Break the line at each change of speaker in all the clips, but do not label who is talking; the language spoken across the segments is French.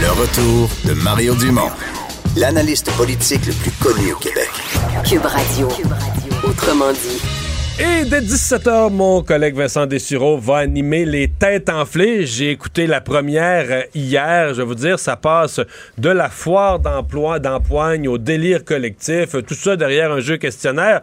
Le retour de Mario Dumont, l'analyste politique le plus connu au Québec.
Cube Radio. Cube Radio. Autrement dit.
Et dès 17h, mon collègue Vincent Dessureau va animer les têtes enflées. J'ai écouté la première hier. Je vais vous dire, ça passe de la foire d'emploi, d'empoigne au délire collectif. Tout ça derrière un jeu questionnaire.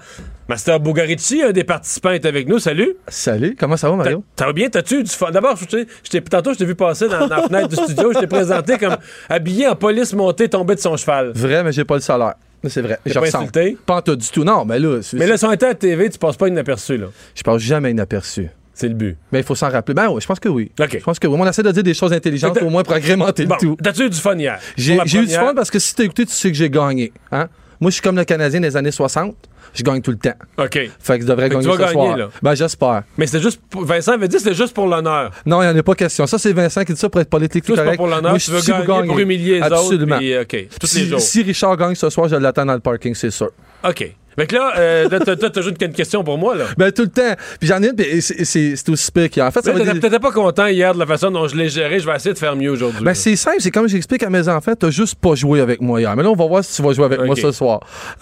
Master Bugarici, un des participants, est avec nous. Salut.
Salut. Comment ça va, Mario?
Ça va bien? T'as-tu du fun? D'abord, je t'ai- tantôt, je t'ai vu passer dans, dans la fenêtre du studio. Je t'ai présenté comme habillé en police montée, tombé de son cheval.
Vrai, mais j'ai pas le salaire. C'est vrai.
T'es
Je
pas
ressemble.
insulté?
Pas en tout du tout. Non, mais là, c'est-
Mais là, si on était à la TV, tu passes pas inaperçu, là.
je passe jamais inaperçu.
C'est le but.
Mais il faut s'en rappeler. Ben oui, je pense que oui.
OK.
Je pense que oui. Mais On essaie de dire des choses intelligentes
Fait que-
au moins pour agrémenter
Bon,
le tout.
t'as-tu eu du fun hier?
J'ai
Pour la
j'ai eu du
première?
fun parce que si t'as écouté, tu sais que j'ai gagné. Hein? Moi, je suis comme le Canadien des années 60. Je gagne tout le temps.
OK.
Fait que je devrais
Fait que
gagner
tu vas
ce
gagner,
soir.
là.
Ben j'espère.
Mais c'était juste. pour- Vincent avait dit que c'était juste pour l'honneur.
Non, il n'y en a pas question. Ça, c'est Vincent qui dit ça pour être
Tout
politiquement
c'est
correct.
pas pour l'honneur.
Moi,
Tu
je
veux
suis
gagner,
pour
pour humilier les
Absolument.
autres. puis, euh, OK. Tous les
si,
jours.
si Richard gagne ce soir, je l'attends dans le parking, c'est sûr.
OK. Fait que là, euh, là, t'as- t'as t'as juste une question pour moi, là.
Ben tout le temps. Puis j'en ai une, puis c'est- c'est c'est aussi pire qu'il y a. En fait, ça
Là,
va
T'étais
dé-
t'étais pas content hier de la façon dont je l'ai géré. Je vais essayer de faire mieux aujourd'hui.
ben c'est simple, c'est comme j'explique à mes enfants, t'as juste pas joué avec moi hier. Mais là, on va voir si tu vas jouer avec moi
Ok.
ce soir.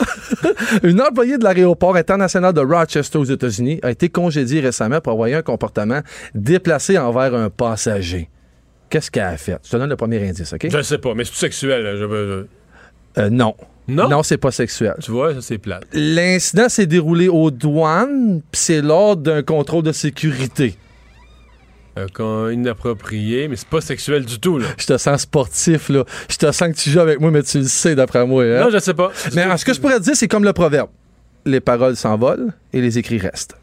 Une employée de l'aéroport international de Rochester aux États-Unis a été congédiée récemment pour avoir eu un comportement déplacé envers un passager. Qu'est-ce qu'elle a fait? Je te donne le premier indice, OK?
je sais pas, mais c'est sexuel. là. Je veux-
Euh, non.
Non?
Non, c'est pas sexuel.
Tu vois, ça, c'est plate.
L'incident s'est déroulé aux douanes, puis c'est lors d'un contrôle de sécurité.
Euh, quand inapproprié, mais c'est pas sexuel du tout, là.
Je te sens sportif, là. Je te sens que tu joues avec moi, mais tu le sais, d'après moi. hein?
Non, je sais pas.
Mais alors, ce que je pourrais te dire, c'est comme le proverbe. Les paroles s'envolent et les écrits restent.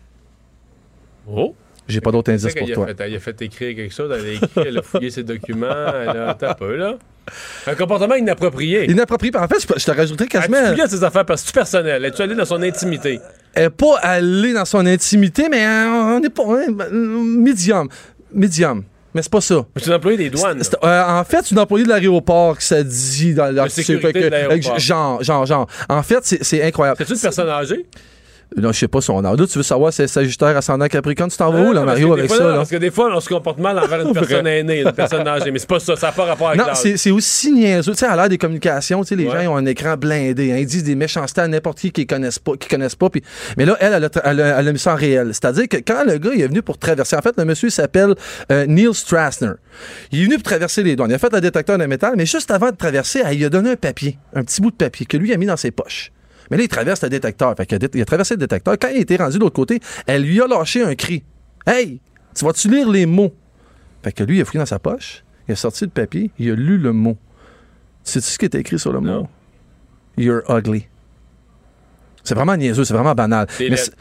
Oh!
J'ai pas d'autres
Tu
indices
sais
pour
qu'il a
toi.
fait- Elle a fait écrire quelque chose, elle a écrit, elle a fouillé ses documents, elle a. Attends un peu, là. Un comportement inapproprié.
Inapproprié. En fait, je peux- je te rajouterais
Elle
quasiment.
a fouillé ses affaires parce que c'est personnel. Elle est allée dans son intimité.
Elle n'est pas allée dans son intimité, mais euh, on n'est pas. hein, ben, Medium. Medium. Mais c'est pas ça.
Mais c'est un employé des douanes. là.
C'est- euh, en fait, c'est une employée de l'aéroport qui ça dit dans la
sécurité
fait que-
de l'aéroport.
euh, Genre, genre, genre. En fait, c'est c'est incroyable.
C'est-tu une personne âgée?
Non, je sais pas son nom. Là, tu veux savoir, c'est Sagittaire, Ascendant, Capricorne. Tu t'en vas
Euh, Non,
où, là,
Ah, parce
Mario,
que des
avec
fois,
ça,
non,
là?
Parce que des fois, on se comporte mal envers une personne aînée, une personne âgée. Mais c'est pas ça, ça n'a pas rapport avec
Non,
l'âge.
c'est c'est aussi niaiseux. Tu sais, à l'ère des communications, tu sais, les
Ouais.
gens ils ont un écran blindé. hein. Ils disent des méchancetés à n'importe qui qu'ils connaissent pas. Qui connaissent pas puis- Mais là, elle, elle a, tra- elle a- elle a mis ça en réel. C'est-à-dire que quand le gars il est venu pour traverser, en fait, le monsieur il s'appelle euh, Neil Strassner. Il est venu pour traverser les douanes. Il a fait un détecteur de métal, mais juste avant de traverser, elle, il a donné un papier, un petit bout de papier que lui a mis dans ses poches. Mais là, il traverse le détecteur. Fait qu'il a dé- il, a, traversé le détecteur. Quand il était rendu de l'autre côté, elle lui a lâché un cri. Hey, tu vas-tu lire les mots? Fait que lui, il a fouillé dans sa poche, il a sorti le papier, il a lu le mot. Sais-tu ce qui était écrit sur le
Non.
mot? You're ugly. C'est vraiment niaiseux, c'est vraiment banal.
T'es laid.
Mais c'est-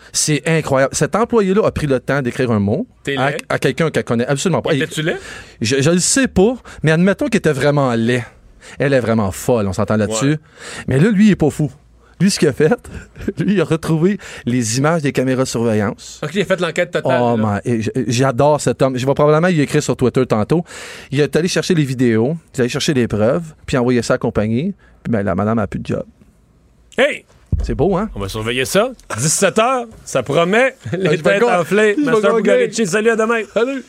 c'est incroyable. Cet employé-là a pris le temps d'écrire un mot
T'es
à,
laid.
à quelqu'un qu'elle connaît absolument pas.
Étais-tu laid?
Je, je le sais pas, mais admettons qu'il était vraiment laid. Elle est vraiment folle, on s'entend là-dessus.
Ouais.
Mais là, lui, il est pas fou. Lui, ce qu'il a fait, lui, il a retrouvé les images des caméras de surveillance.
Ok, j'ai fait l'enquête totale.
Oh
Ah, là.
man, et j- j'adore cet homme. Je vais probablement lui écrire sur Twitter tantôt. Il est allé chercher les vidéos, il est allé chercher les preuves, puis il a envoyé ça à la compagnie. Puis ben, la madame a plus de job.
Hey!
C'est beau, hein?
On va surveiller ça. 17h, ça promet.
Je
Les
vais
têtes
go-
enflées.
je vais
Master
go-
Bugarici, salut à demain.
Salut!